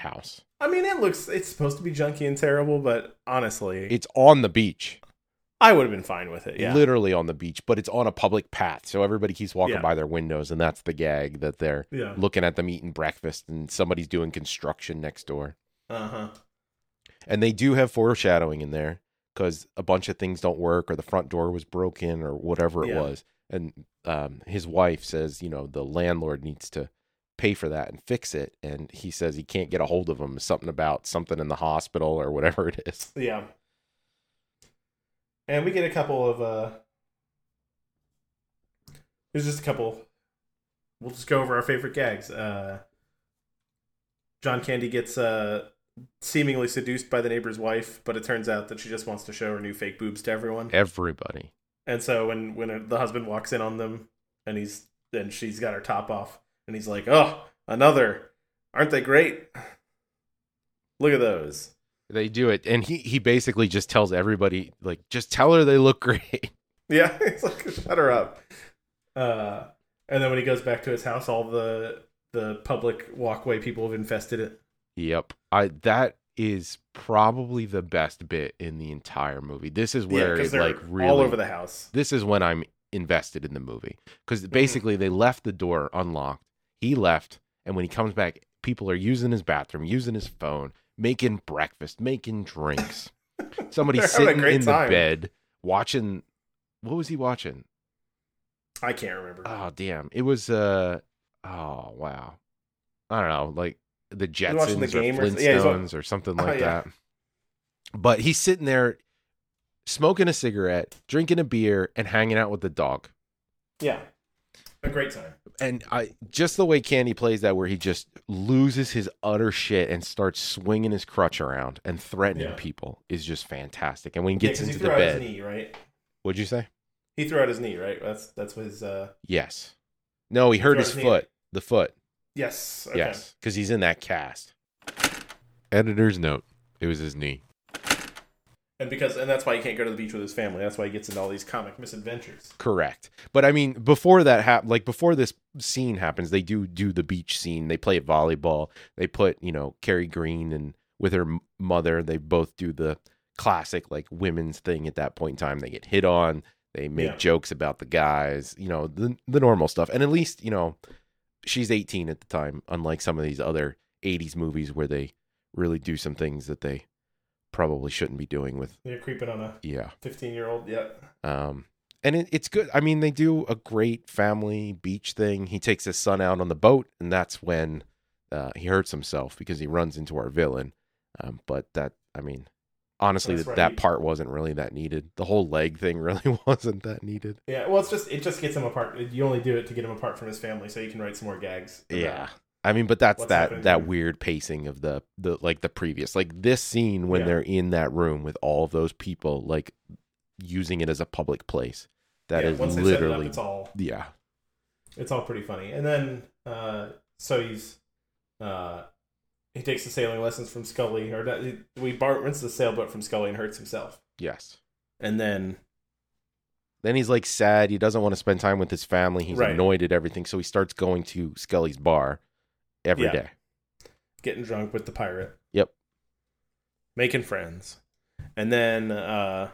Speaker 2: house.
Speaker 1: I mean, it looks it's supposed to be junky and terrible, but honestly,
Speaker 2: It's on the beach,
Speaker 1: I would have been fine with it. Yeah.
Speaker 2: literally on the beach, but it's on a public path, so everybody keeps walking
Speaker 1: Yeah.
Speaker 2: by their windows, and that's the gag that they're
Speaker 1: yeah.
Speaker 2: looking at them eating breakfast, and somebody's doing construction next door.
Speaker 1: Uh-huh.
Speaker 2: And they do have foreshadowing in there because a bunch of things don't work, or the front door was broken, or whatever it
Speaker 1: Yeah.
Speaker 2: was. And um, his wife says, you know, the landlord needs to pay for that and fix it. And he says he can't get a hold of him. Something about something in the hospital or whatever it is.
Speaker 1: Yeah. And we get a couple of uh there's just a couple we'll just go over our favorite gags. Uh John Candy gets uh seemingly seduced by the neighbor's wife, but it turns out that she just wants to show her new fake boobs to everyone.
Speaker 2: Everybody.
Speaker 1: And so when when the husband walks in on them and he's and she's got her top off and he's like, "Oh, another. Aren't they great? Look at those."
Speaker 2: They do it. And he, he basically just tells everybody, like, just tell her they look great.
Speaker 1: Yeah, it's like shut her up. Uh, and then when he goes back to his house, all the the public walkway people have infested it.
Speaker 2: Yep. I that is probably the best bit in the entire movie. This is
Speaker 1: Yeah,
Speaker 2: where
Speaker 1: because
Speaker 2: it
Speaker 1: they're
Speaker 2: like really
Speaker 1: all over the house.
Speaker 2: this is when I'm invested in the movie
Speaker 1: Mm-hmm.
Speaker 2: because basically they left the door unlocked. He left, and when he comes back, people are using his bathroom, using his phone, making breakfast, making drinks. Somebody's
Speaker 1: They're having a
Speaker 2: sitting
Speaker 1: great
Speaker 2: in
Speaker 1: time.
Speaker 2: the bed watching. What was he watching?
Speaker 1: I can't remember.
Speaker 2: Oh damn! It was uh oh wow, I don't know, like the
Speaker 1: was watching
Speaker 2: Jetsons
Speaker 1: the game
Speaker 2: or
Speaker 1: or-
Speaker 2: Flintstones
Speaker 1: yeah, he's wa-
Speaker 2: or something
Speaker 1: Oh,
Speaker 2: like
Speaker 1: yeah.
Speaker 2: that. But he's sitting there smoking a cigarette, drinking a beer, and hanging out with the dog.
Speaker 1: yeah, a great time.
Speaker 2: And I just the way Candy plays that, where he just loses his utter shit and starts swinging his crutch around and threatening
Speaker 1: Yeah.
Speaker 2: people, is just fantastic. And when he gets
Speaker 1: Yeah, 'cause
Speaker 2: into
Speaker 1: he
Speaker 2: the
Speaker 1: threw out his
Speaker 2: bed,
Speaker 1: knee, right?
Speaker 2: what'd you say?
Speaker 1: He threw out his knee, right? That's that's what his. Uh...
Speaker 2: Yes. No, he hurt
Speaker 1: threw out
Speaker 2: his
Speaker 1: his knee.
Speaker 2: foot. The foot.
Speaker 1: Yes. Okay.
Speaker 2: Yes, because he's in that cast. Editor's note: It was his knee.
Speaker 1: And because and that's why he can't go to the beach with his family. That's why he gets into all these comic misadventures.
Speaker 2: Correct, but I mean, before that hap- like before this scene happens, they do do the beach scene. They play at volleyball. They put you know Carrie Green and with her m- mother. They both do the classic like women's thing. At that point in time, they get hit on. They make
Speaker 1: Yeah.
Speaker 2: jokes about the guys. You know the the normal stuff. And at least you know she's 18 at the time, unlike some of these other 80s movies where they really do some things that they probably shouldn't be doing with
Speaker 1: They're creeping on a
Speaker 2: yeah
Speaker 1: fifteen-year-old. Yeah.
Speaker 2: um and it, it's good i mean they do a great family beach thing he takes his son out on the boat and that's when uh, he hurts himself because he runs into our villain um, but that i mean honestly
Speaker 1: That's
Speaker 2: that,
Speaker 1: right.
Speaker 2: that part wasn't really that needed the whole leg thing really wasn't that needed
Speaker 1: Yeah. Well, it's just it just gets him apart. You only do it to get him apart from his family, so you can write some more gags. about
Speaker 2: yeah i mean but that's
Speaker 1: What's
Speaker 2: that
Speaker 1: happening
Speaker 2: that
Speaker 1: here?
Speaker 2: weird pacing of the the like the previous like this scene when
Speaker 1: Yeah.
Speaker 2: they're in that room with all of those people like using it as a public place that
Speaker 1: Yeah,
Speaker 2: is
Speaker 1: once they set it up,
Speaker 2: literally
Speaker 1: it's all
Speaker 2: yeah
Speaker 1: it's all pretty funny. And then uh, so he's uh, he takes the sailing lessons from Scully, or not, he- we Bart rents the sailboat from Scully and hurts himself.
Speaker 2: yes
Speaker 1: And then
Speaker 2: Then he's like sad. He doesn't want to spend time with his family. He's
Speaker 1: Right.
Speaker 2: annoyed at everything. So he starts going to Scully's bar every day.
Speaker 1: Yeah. getting drunk with the pirate,
Speaker 2: Yep.
Speaker 1: making friends, and then uh,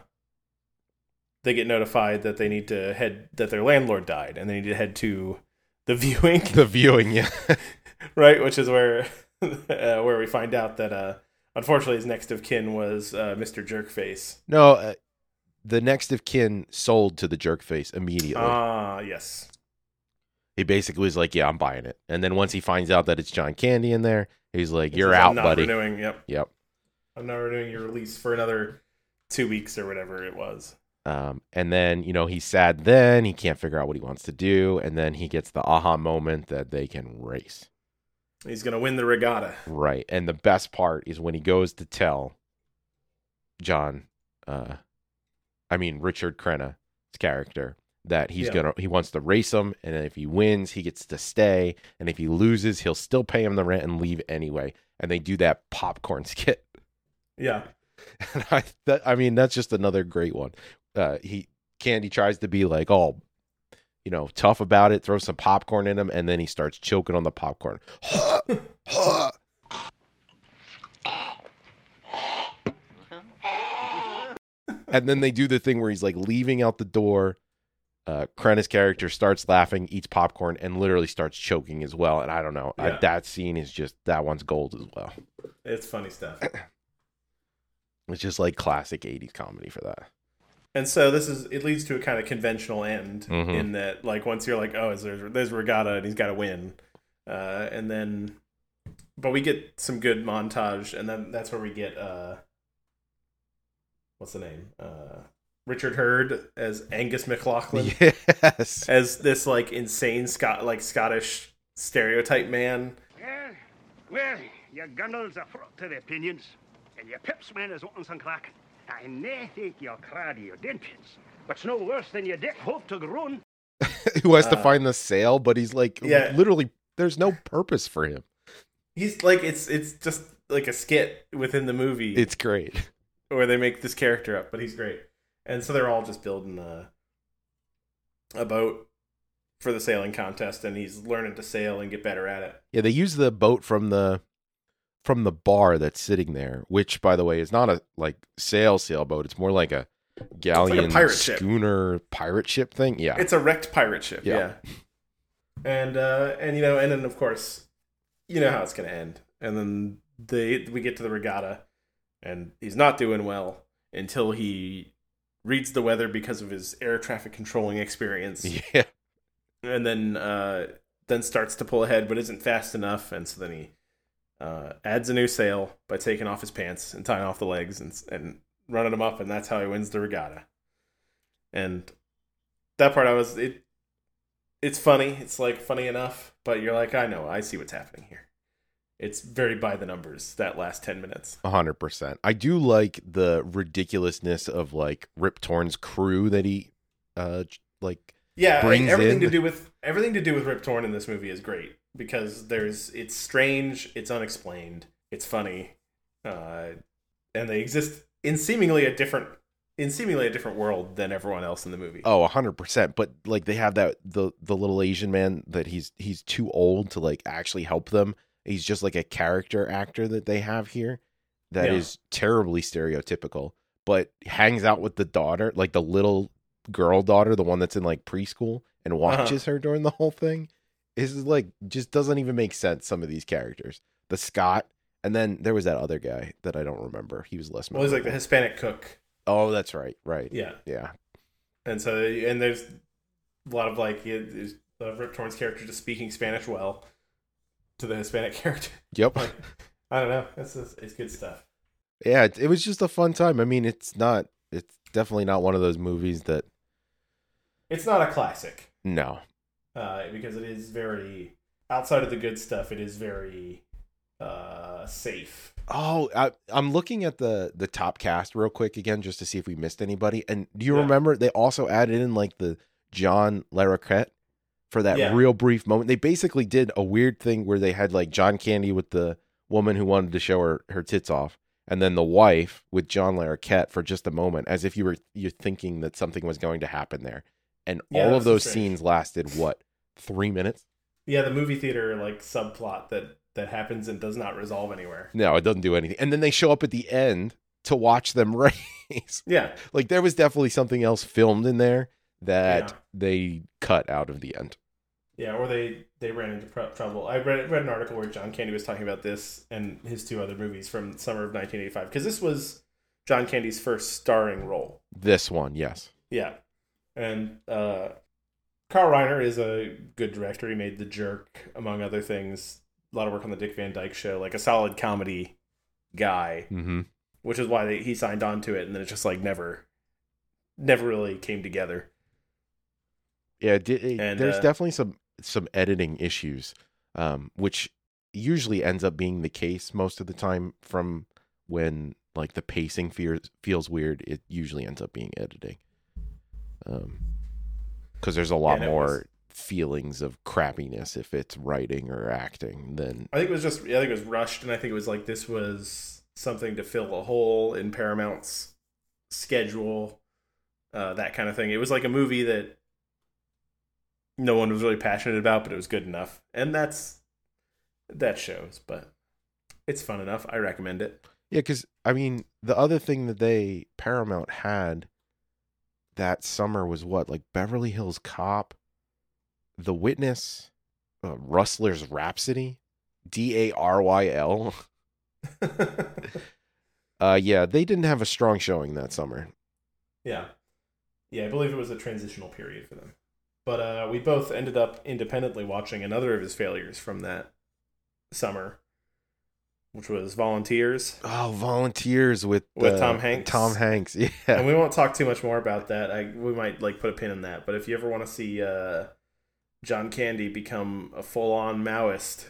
Speaker 1: they get notified that they need to head that their landlord died, and they need to head to the viewing.
Speaker 2: The viewing, yeah.
Speaker 1: right? Which is where uh, where we find out that uh, unfortunately his next of kin was uh, Mr. Jerkface.
Speaker 2: no, uh, the next of kin sold to the jerkface immediately.
Speaker 1: Ah, yes,
Speaker 2: he basically was like, "Yeah, I'm buying it." And then once he finds out that it's John Candy in there, he's like,
Speaker 1: It
Speaker 2: "You're
Speaker 1: says,
Speaker 2: out,
Speaker 1: I'm not
Speaker 2: buddy."
Speaker 1: Renewing, yep,
Speaker 2: Yep.
Speaker 1: I'm not renewing your release for another two weeks or whatever it was.
Speaker 2: Um, and then you know he's sad. Then he can't figure out what he wants to do, and then he gets the aha moment that they can race.
Speaker 1: He's gonna win the regatta.
Speaker 2: Right. And the best part is when he goes to tell John, uh, I mean Richard Crenna's character that he's
Speaker 1: Yeah.
Speaker 2: gonna he wants to race him, and if he wins, he gets to stay, and if he loses, he'll still pay him the rent and leave anyway. And they do that popcorn skit.
Speaker 1: Yeah.
Speaker 2: And I, that, I mean, that's just another great one. Uh, he Candy tries to be like all, you know, tough about it, throws some popcorn in him, and then he starts choking on the popcorn. and then they do the thing where he's like leaving out the door. Uh, Krenna's character starts laughing, eats popcorn, and literally starts choking as well. And I don't know, I-
Speaker 1: Yeah.
Speaker 2: that scene is just that one's gold as well.
Speaker 1: It's funny stuff.
Speaker 2: It's just like classic '80s comedy for that.
Speaker 1: And so this is it leads to a kind of conventional end
Speaker 2: Mhm.
Speaker 1: in that like once you're like oh is there, there's regatta and he's got to win, uh, and then but we get some good montage and then that's where we get uh, what's the name uh, Richard Hurd as Angus McLaughlin
Speaker 2: Yes.
Speaker 1: as this like insane Scot like Scottish stereotype man.
Speaker 8: Well, well, your gunnels are fraught with opinions, and your pipsman is open and cracking. I nae think you're crad of your dentpins, but's no worse than your dick hope to groan.
Speaker 2: who has to find the sale, but he's like,
Speaker 1: Yeah.
Speaker 2: literally, there's no purpose for him.
Speaker 1: He's like it's it's just like a skit within the movie.
Speaker 2: It's great.
Speaker 1: where they make this character up, but he's great. And so they're all just building a, a boat for the sailing contest, and he's learning to sail and get better at it.
Speaker 2: Yeah, they use the boat from the from the bar that's sitting there, which, by the way, is not a like sail sailboat. It's more like a galleon
Speaker 1: pirate ship.
Speaker 2: schooner pirate ship thing. Yeah,
Speaker 1: It's a wrecked pirate ship, yeah.
Speaker 2: Yeah.
Speaker 1: And uh, and you know, and then of course, you know how it's gonna end. And then they we get to the regatta, and he's not doing well until he reads the weather because of his air traffic controlling experience.
Speaker 2: yeah.
Speaker 1: and then uh, then starts to pull ahead, but isn't fast enough, and so then he uh, adds a new sail by taking off his pants and tying off the legs and and running them up, and that's how he wins the regatta. And that part, I was it. It's funny. It's like funny enough, but you're like, I know, I see what's happening here. It's very by the numbers that last ten minutes.
Speaker 2: A hundred percent. I do like the ridiculousness of like Rip Torn's crew that he, uh, j- like
Speaker 1: Yeah, like,
Speaker 2: brings
Speaker 1: everything to
Speaker 2: in-
Speaker 1: do with everything to do with Rip Torn in this movie is great because there's it's strange, it's unexplained, it's funny, uh, and they exist in seemingly a different in seemingly a different world than everyone else in the movie.
Speaker 2: Oh, a hundred percent. But like they have that the the little Asian man that he's he's too old to like actually help them. He's just like a character actor that they have here that is
Speaker 1: Yeah.
Speaker 2: terribly stereotypical, but hangs out with the daughter, like the little girl daughter, the one that's in like preschool,
Speaker 1: Uh-huh.
Speaker 2: and watches her during the whole thing. This is like just doesn't even make sense. Some of these characters, the Scot, and then there was that other guy that I don't remember. He was less.
Speaker 1: well, he's like the
Speaker 2: memorable.
Speaker 1: Hispanic cook,
Speaker 2: oh, that's right, right, yeah,
Speaker 1: yeah, and so and there's a lot of like yeah, there's, uh, Rip Torn's character just speaking Spanish well to the Hispanic character.
Speaker 2: yep.
Speaker 1: like, I don't know, it's it's it's good stuff.
Speaker 2: yeah it, it was just a fun time i mean it's not it's definitely not one of those movies that
Speaker 1: It's not a classic.
Speaker 2: no
Speaker 1: uh, because it is very outside of the good stuff. It is very uh, safe.
Speaker 2: oh I, i'm looking at the the top cast real quick again just to see if we missed anybody and do you
Speaker 1: Yeah.
Speaker 2: remember they also added in like the john larroquette for that
Speaker 1: Yeah.
Speaker 2: real brief moment they basically did a weird thing where they had like john candy with the woman who wanted to show her her tits off and then the wife with john larroquette for just a moment as if you were you're thinking that something was going to happen there and
Speaker 1: Yeah,
Speaker 2: all
Speaker 1: that
Speaker 2: of
Speaker 1: was
Speaker 2: those
Speaker 1: strange.
Speaker 2: scenes lasted what three minutes
Speaker 1: Yeah, the movie theater like subplot that that happens and does not resolve anywhere.
Speaker 2: No, it doesn't do anything. And then they show up at the end to watch them race.
Speaker 1: Yeah,
Speaker 2: like there was definitely something else filmed in there that
Speaker 1: Yeah.
Speaker 2: they cut out of the end.
Speaker 1: yeah. Or they they ran into pro- trouble. I read read an article where John Candy was talking about this and his two other movies from summer of 1985 because this was John Candy's first starring role.
Speaker 2: This one, yes.
Speaker 1: Yeah. And uh Carl Reiner is a good director. He made The Jerk, among other things. A lot of work on the Dick Van Dyke show, like a solid comedy guy,
Speaker 2: Mm-hmm.
Speaker 1: which is why they, he signed on to it and then it just like never never really came together.
Speaker 2: Yeah, it did, it-
Speaker 1: And,
Speaker 2: there's
Speaker 1: uh,
Speaker 2: definitely some some editing issues, um, which usually ends up being the case most of the time from when like the pacing fears feels weird it usually ends up being editing um because there's a lot
Speaker 1: Yeah, and it
Speaker 2: more
Speaker 1: was-
Speaker 2: feelings of crappiness if it's writing or acting than
Speaker 1: I think it was just I think it was rushed, and I think it was like this was something to fill a hole in Paramount's schedule, uh, that kind of thing. It was like a movie that no one was really passionate about, but it was good enough, and that's that shows. But it's fun enough. I recommend it.
Speaker 2: Yeah, because I mean, the other thing that they Paramount had that summer was what, like Beverly Hills Cop, The Witness, uh, Rustler's Rhapsody, D A R Y L. Uh, yeah, they didn't have a strong showing that summer.
Speaker 1: yeah, yeah. I believe it was a transitional period for them. But uh, we both ended up independently watching another of his failures from that summer, which was Volunteers.
Speaker 2: Oh, Volunteers with
Speaker 1: With
Speaker 2: uh,
Speaker 1: Tom Hanks.
Speaker 2: Tom Hanks, yeah.
Speaker 1: and we won't talk too much more about that. I we might like put a pin in that. But if you ever want to see uh, John Candy become a full-on Maoist,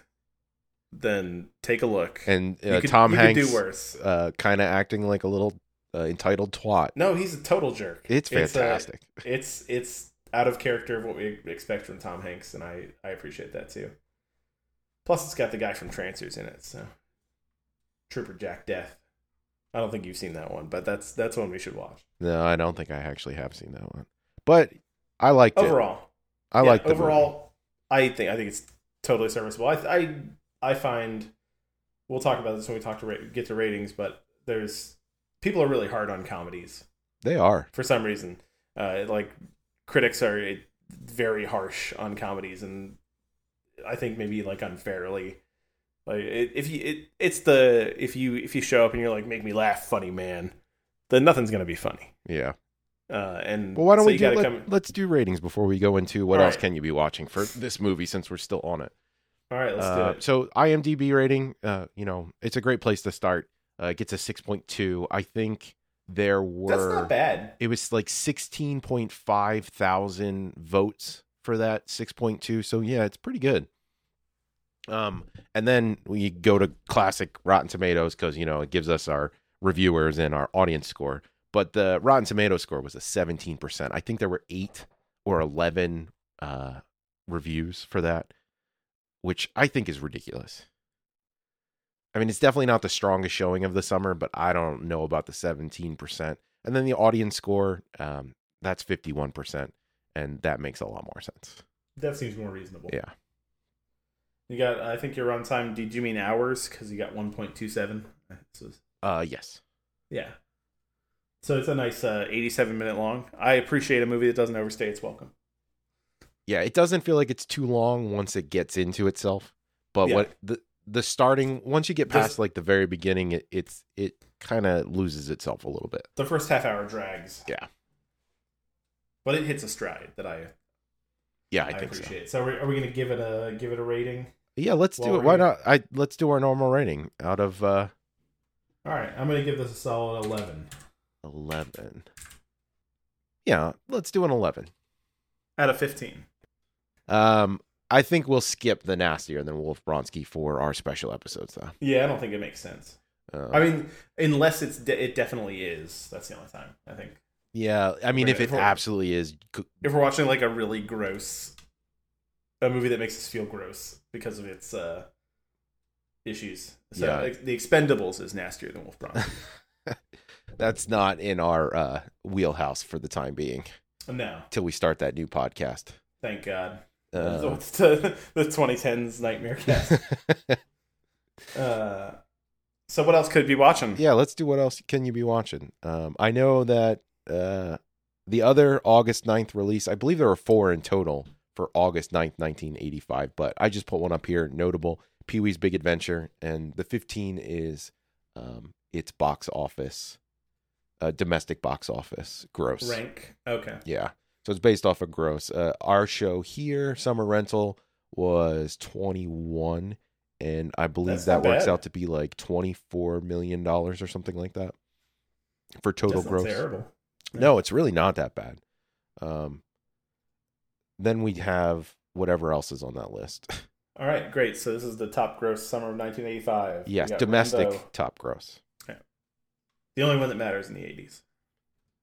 Speaker 1: then take a look.
Speaker 2: and
Speaker 1: You
Speaker 2: uh,
Speaker 1: could-
Speaker 2: Tom
Speaker 1: you could
Speaker 2: Hanks,
Speaker 1: do worse.
Speaker 2: uh, kind of acting like a little uh, entitled twat.
Speaker 1: No, he's a total jerk.
Speaker 2: It's
Speaker 1: uh,
Speaker 2: fantastic.
Speaker 1: It's, it's out of character of what we expect from Tom Hanks, and I I appreciate that too. Plus, it's got the guy from Trancers in it, so Trooper Jack Death. I don't think you've seen that one, but that's that's one we should watch.
Speaker 2: No, I don't think I actually have seen that one, but I liked it.
Speaker 1: Overall,
Speaker 2: I
Speaker 1: Yeah,
Speaker 2: like the movie.
Speaker 1: overall. I think I think it's totally serviceable. I I I find we'll talk about this when we talk to ra- get to ratings, but there's people are really hard on comedies
Speaker 2: They are.
Speaker 1: for some reason. Uh, like critics are eh, very harsh on comedies, and I think maybe like unfairly. Like it, if you it, it's the if you if you show up and you're like make me laugh, funny man, then nothing's gonna be funny.
Speaker 2: Yeah.
Speaker 1: Uh, and
Speaker 2: Well, why don't
Speaker 1: so
Speaker 2: we
Speaker 1: you
Speaker 2: do
Speaker 1: gotta
Speaker 2: let,
Speaker 1: come-
Speaker 2: us do ratings before we go into what
Speaker 1: All
Speaker 2: else
Speaker 1: right.
Speaker 2: can you be watching for this movie since we're still on it.
Speaker 1: All right, let's
Speaker 2: Uh,
Speaker 1: do it.
Speaker 2: So IMDb rating, uh, you know, it's a great place to start. Uh, it gets a 6.2. I think there were
Speaker 1: That's not bad.
Speaker 2: it was like 16.5 thousand votes for that 6.2 so yeah it's pretty good um and then we go to classic rotten tomatoes because you know it gives us our reviewers and our audience score but the rotten tomato score was a 17% i think there were eight or 11 uh reviews for that which i think is ridiculous i mean it's definitely not the strongest showing of the summer but i don't know about the 17% and then the audience score, um, that's 51%. And that makes a lot more sense.
Speaker 1: That seems more reasonable.
Speaker 2: Yeah.
Speaker 1: You got. I think you're on time. Did you mean hours? Because you got 1.27. So,
Speaker 2: Uh, yes.
Speaker 1: yeah. So it's a nice uh, 87 minute long. I appreciate a movie that doesn't overstay its welcome.
Speaker 2: Yeah. It doesn't feel like it's too long once it gets into itself. But
Speaker 1: Yeah.
Speaker 2: what the, the starting, once you get
Speaker 1: Does-
Speaker 2: past like the very beginning, it, it's, it kind of loses itself a little bit.
Speaker 1: The first half hour drags.
Speaker 2: Yeah.
Speaker 1: But it hits a stride that I
Speaker 2: Yeah. I,
Speaker 1: I,
Speaker 2: think so.
Speaker 1: appreciate. So, are we, are we gonna give it a give it a rating?
Speaker 2: Yeah. Let's do
Speaker 1: Well,
Speaker 2: it. Why
Speaker 1: we're
Speaker 2: not? I let's do our normal rating out of, uh,
Speaker 1: All right, I'm gonna give this a solid 11
Speaker 2: 11. Yeah. Let's do an 11.
Speaker 1: out of 15.
Speaker 2: Um, I think we'll skip the nastier than Wolf Bronsky for our special episodes though.
Speaker 1: Yeah, I don't think it makes sense.
Speaker 2: Um,
Speaker 1: I mean, unless it's de- it definitely is. That's the only time I think.
Speaker 2: Yeah, I mean, if
Speaker 1: Okay,
Speaker 2: it
Speaker 1: for-
Speaker 2: absolutely is, c-
Speaker 1: if we're watching like a really gross a movie that makes us feel gross because of its uh issues so
Speaker 2: Yeah.
Speaker 1: like, the expendables is nastier than wolf Bronson.
Speaker 2: that's not in our uh, wheelhouse for the time being.
Speaker 1: no
Speaker 2: Till we start that new podcast.
Speaker 1: thank god
Speaker 2: Uh,
Speaker 1: It's the, the 2010s nightmare cast uh so what else could be watching
Speaker 2: yeah, let's do what else can you be watching? Um, I know that uh, the other August 9th release, I believe there were four in total for August 9th, 1985, but I just put one up here notable Pee Wee's Big Adventure, and the 15 is um, its box office, uh, domestic box office gross.
Speaker 1: rank okay
Speaker 2: Yeah. So it's based off of gross. Uh, our show here, Summer Rental, was 21. And I believe
Speaker 1: That's
Speaker 2: that
Speaker 1: not
Speaker 2: works
Speaker 1: bad.
Speaker 2: out to be like $24 million or something like that for total
Speaker 1: That's not
Speaker 2: gross.
Speaker 1: terrible
Speaker 2: No, it's really not that bad. Um, then we have whatever else is on that list.
Speaker 1: All right, great. So this is the top gross summer of 1985. We
Speaker 2: Yes,
Speaker 1: got
Speaker 2: domestic
Speaker 1: Rambo,
Speaker 2: top gross.
Speaker 1: the only one that matters in the 80s.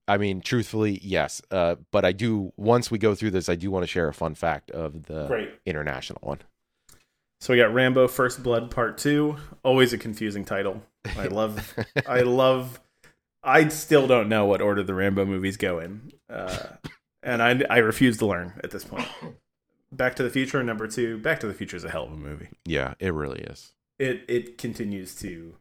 Speaker 2: I mean, truthfully, yes. Uh, but I do. Once we go through this, I do want to share a fun fact of the
Speaker 1: Great.
Speaker 2: international one.
Speaker 1: So we got Rambo: First Blood Part Two. Always a confusing title. I love. I love. I still don't know what order the Rambo movies go in, uh, and I I refuse to learn at this point. Back to the Future number two. Back to the Future is a hell of a movie.
Speaker 2: Yeah, it really is.
Speaker 1: It it continues to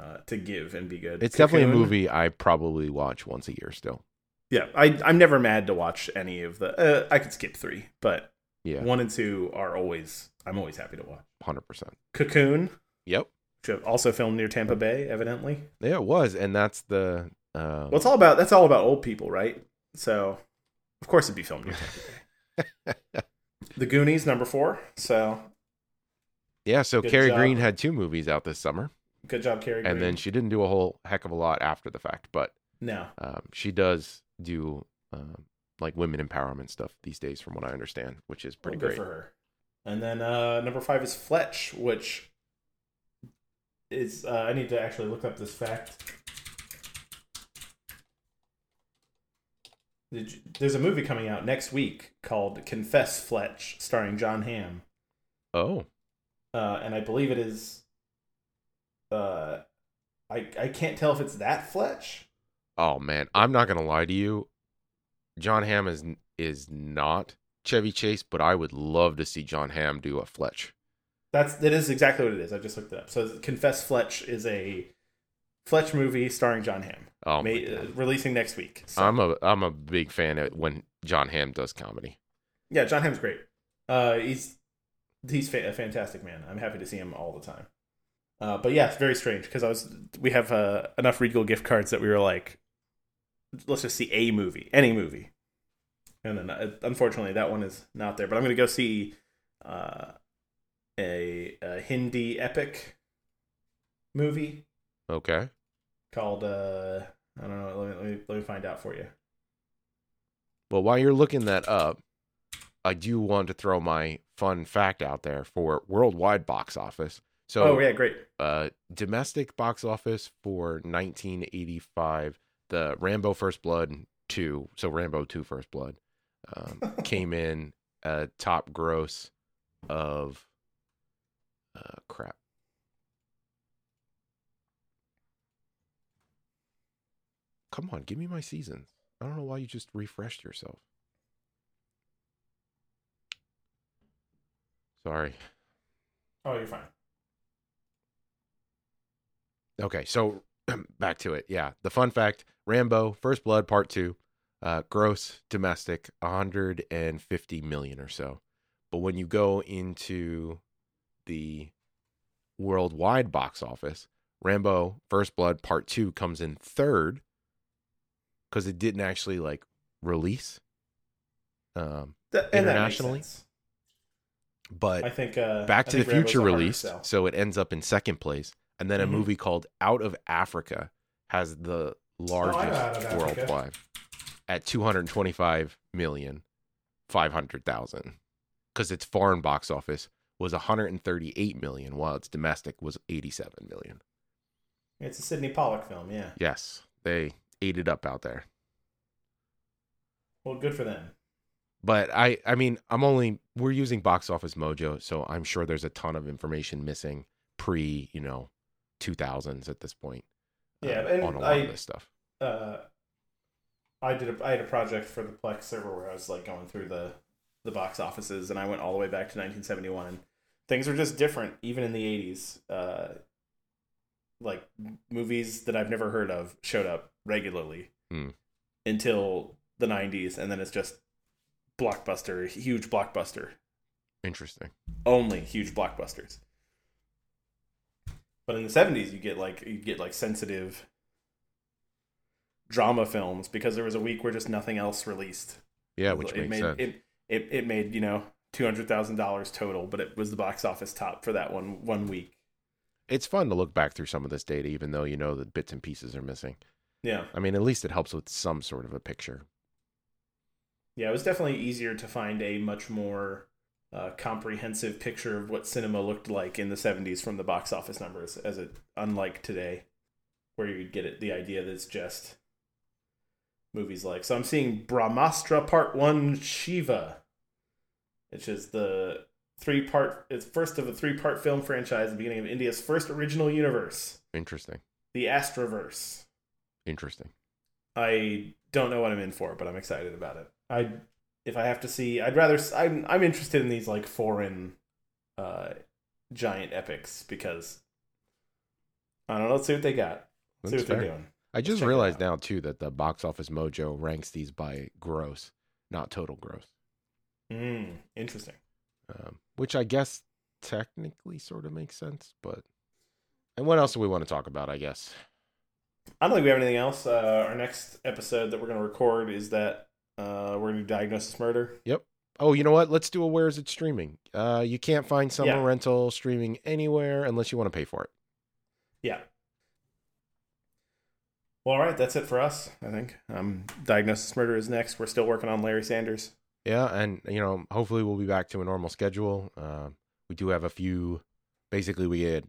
Speaker 1: uh, to give and be good.
Speaker 2: It's definitely a
Speaker 1: Cocoon.
Speaker 2: movie I probably watch once a year still.
Speaker 1: Yeah, I I'm never mad to watch any of the. Uh, I could skip three, but
Speaker 2: Yeah,
Speaker 1: one and two are always. I'm always happy to watch.
Speaker 2: hundred percent.
Speaker 1: Cocoon,
Speaker 2: Yep.
Speaker 1: which also filmed near Tampa Bay, evidently.
Speaker 2: Yeah, it was, and that's the. Uh,
Speaker 1: Well, it's all about that's all about old people, right? So, of course, it'd be filmed. Near Tampa Bay. the Goonies, number four. So,
Speaker 2: yeah, so
Speaker 1: good
Speaker 2: Carrie
Speaker 1: job.
Speaker 2: Green had two movies out this summer,
Speaker 1: good job, Carrie.
Speaker 2: and then she didn't do a whole heck of a lot after the fact, but
Speaker 1: no,
Speaker 2: um, she does do um, like women empowerment stuff these days, from what I understand, which is pretty
Speaker 1: Well,
Speaker 2: great.
Speaker 1: good for her. And then uh, number five is Fletch, which is uh, I need to actually look up this fact. Did you- there's a movie coming out next week called Confess Fletch, starring John Hamm,
Speaker 2: Oh,
Speaker 1: uh, and I believe it is. Uh, I I can't tell if it's that Fletch.
Speaker 2: oh man, I'm not gonna lie to you. John Hamm is is not Chevy Chase, but I would love to see John Hamm do a Fletch.
Speaker 1: That's that is exactly what it is. I just looked it up. So Confess Fletch is a Fletch movie starring John Hamm,
Speaker 2: Oh, my
Speaker 1: May,
Speaker 2: God.
Speaker 1: uh, releasing next week. So-
Speaker 2: I'm a I'm a big fan of when John Hamm does comedy.
Speaker 1: Yeah, John Hamm's great. Uh, he's he's fa- a fantastic man. I'm happy to see him all the time. Uh, but yeah, it's very strange because I was we have uh, enough Regal gift cards that we were like, let's just see a movie, any movie, and then uh, unfortunately that one is not there. But I'm gonna go see uh, a, a Hindi epic movie
Speaker 2: Okay.
Speaker 1: called uh, I don't know. Let me, let me let me find out for you.
Speaker 2: Well, while you're looking that up, I do want to throw my fun fact out there for worldwide box office. So,
Speaker 1: Oh yeah, great.
Speaker 2: uh, domestic box office for 1985, the Rambo First Blood 2, so Rambo 2 First Blood, um, came in a top gross of, uh, crap. Come on, give me my seasons. I don't know why you just refreshed yourself. Sorry.
Speaker 1: Oh, you're fine.
Speaker 2: Okay, so back to it. Yeah, the fun fact: Rambo: First Blood Part Two, uh, gross domestic 150 million or so, but when you go into the worldwide box office, Rambo: First Blood Part Two comes in third because it didn't actually like release. Um,
Speaker 1: Th- and that makes
Speaker 2: Internationally?
Speaker 1: sense.
Speaker 2: but
Speaker 1: I think uh,
Speaker 2: Back
Speaker 1: I
Speaker 2: to the
Speaker 1: think Rambo's
Speaker 2: Future
Speaker 1: a harder
Speaker 2: released,
Speaker 1: sell.
Speaker 2: so it ends up in second place. And then a
Speaker 1: Mhm.
Speaker 2: movie called Out of Africa has the
Speaker 1: Oh, Out
Speaker 2: largest
Speaker 1: of Africa.
Speaker 2: worldwide at 225 million 500,000 cuz its foreign box office was 138 million while its domestic was 87 million.
Speaker 1: It's a Sidney Pollock film, yeah.
Speaker 2: Yes, they ate it up out there.
Speaker 1: Well, good for them.
Speaker 2: But I I mean, I'm only we're using box office mojo, so I'm sure there's a ton of information missing pre, you know, 2000s at this point.
Speaker 1: Yeah,
Speaker 2: uh,
Speaker 1: and
Speaker 2: on a lot
Speaker 1: I-
Speaker 2: of this stuff.
Speaker 1: Uh, I did. A, I had a project for the Plex server where I was like going through the the box offices, and I went all the way back to 1971. And things were just different, even in the 80s. Uh, like m- movies that I've never heard of showed up regularly
Speaker 2: Hmm.
Speaker 1: until the 90s, and then it's just blockbuster, huge blockbuster
Speaker 2: Interesting.
Speaker 1: only huge blockbusters. But in the seventies, you get like you get like sensitive drama films because there was a week where just nothing else released.
Speaker 2: Yeah, which
Speaker 1: it
Speaker 2: makes
Speaker 1: made,
Speaker 2: sense.
Speaker 1: It, it it made you know two hundred thousand dollars total, but it was the box office top for that one one week.
Speaker 2: it's fun to look back through some of this data, even though you know that bits and pieces are missing.
Speaker 1: Yeah,
Speaker 2: I mean, at least it helps with some sort of a picture.
Speaker 1: yeah, it was definitely easier to find a much more uh, comprehensive picture of what cinema looked like in the 70s from the box office numbers, as it unlike today, where you get it, the idea that it's just movies like. So I'm seeing Brahmastra Part One Shiva, which is the three part. It's first of a three part film franchise, the beginning of India's first original universe,
Speaker 2: Interesting.
Speaker 1: the Astroverse.
Speaker 2: Interesting.
Speaker 1: I don't know what I'm in for, but I'm excited about it. I if I have to see, I'd rather s- I'm I'm interested in these like foreign uh giant epics because I don't know, let's see what they got. see
Speaker 2: That's
Speaker 1: what they're
Speaker 2: fair.
Speaker 1: doing.
Speaker 2: I just
Speaker 1: check it
Speaker 2: realized
Speaker 1: out.
Speaker 2: now too that the box office mojo ranks these by gross, not total gross.
Speaker 1: Mm, interesting.
Speaker 2: Um, which I guess technically sort of makes sense, but and what else do we want to talk about, I guess?
Speaker 1: I don't think we have anything else. Uh, our next episode that we're gonna record is that uh, we're gonna do diagnosis murder.
Speaker 2: Oh, you know what? Let's do a where is it streaming? Uh you can't find summer
Speaker 1: Yeah.
Speaker 2: rental streaming anywhere unless you want to pay for it.
Speaker 1: Yeah. Well, all right, that's it for us. I think um, diagnosis murder is next. We're still working on Larry Sanders.
Speaker 2: Yeah, and you know, hopefully we'll be back to a normal schedule. Uh, we do have a few. Basically, we had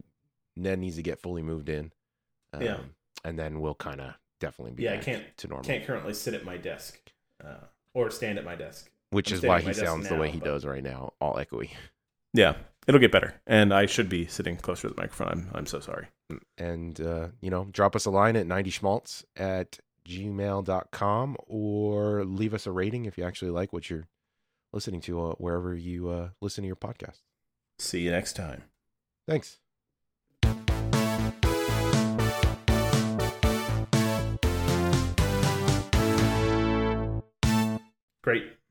Speaker 2: Ned needs to get fully moved in. Um,
Speaker 1: Yeah.
Speaker 2: and then we'll kind of definitely be
Speaker 1: Yeah, I
Speaker 2: back
Speaker 1: can't-
Speaker 2: to normal,
Speaker 1: can't currently sit at my desk uh, or stand at my desk.
Speaker 2: which
Speaker 1: I'm
Speaker 2: is
Speaker 1: staying
Speaker 2: why
Speaker 1: at my
Speaker 2: he
Speaker 1: desk
Speaker 2: sounds the way
Speaker 1: now,
Speaker 2: he
Speaker 1: but-
Speaker 2: does right now, all echoey.
Speaker 1: Yeah, it'll get better, and I should be sitting closer to the microphone. I'm I'm so sorry.
Speaker 2: and uh, you know drop us a line at 90 schmaltz at gmail.com or leave us a rating if you actually like what you're listening to uh, wherever you uh, listen to your podcast
Speaker 1: See you next time.
Speaker 2: thanks
Speaker 1: Great.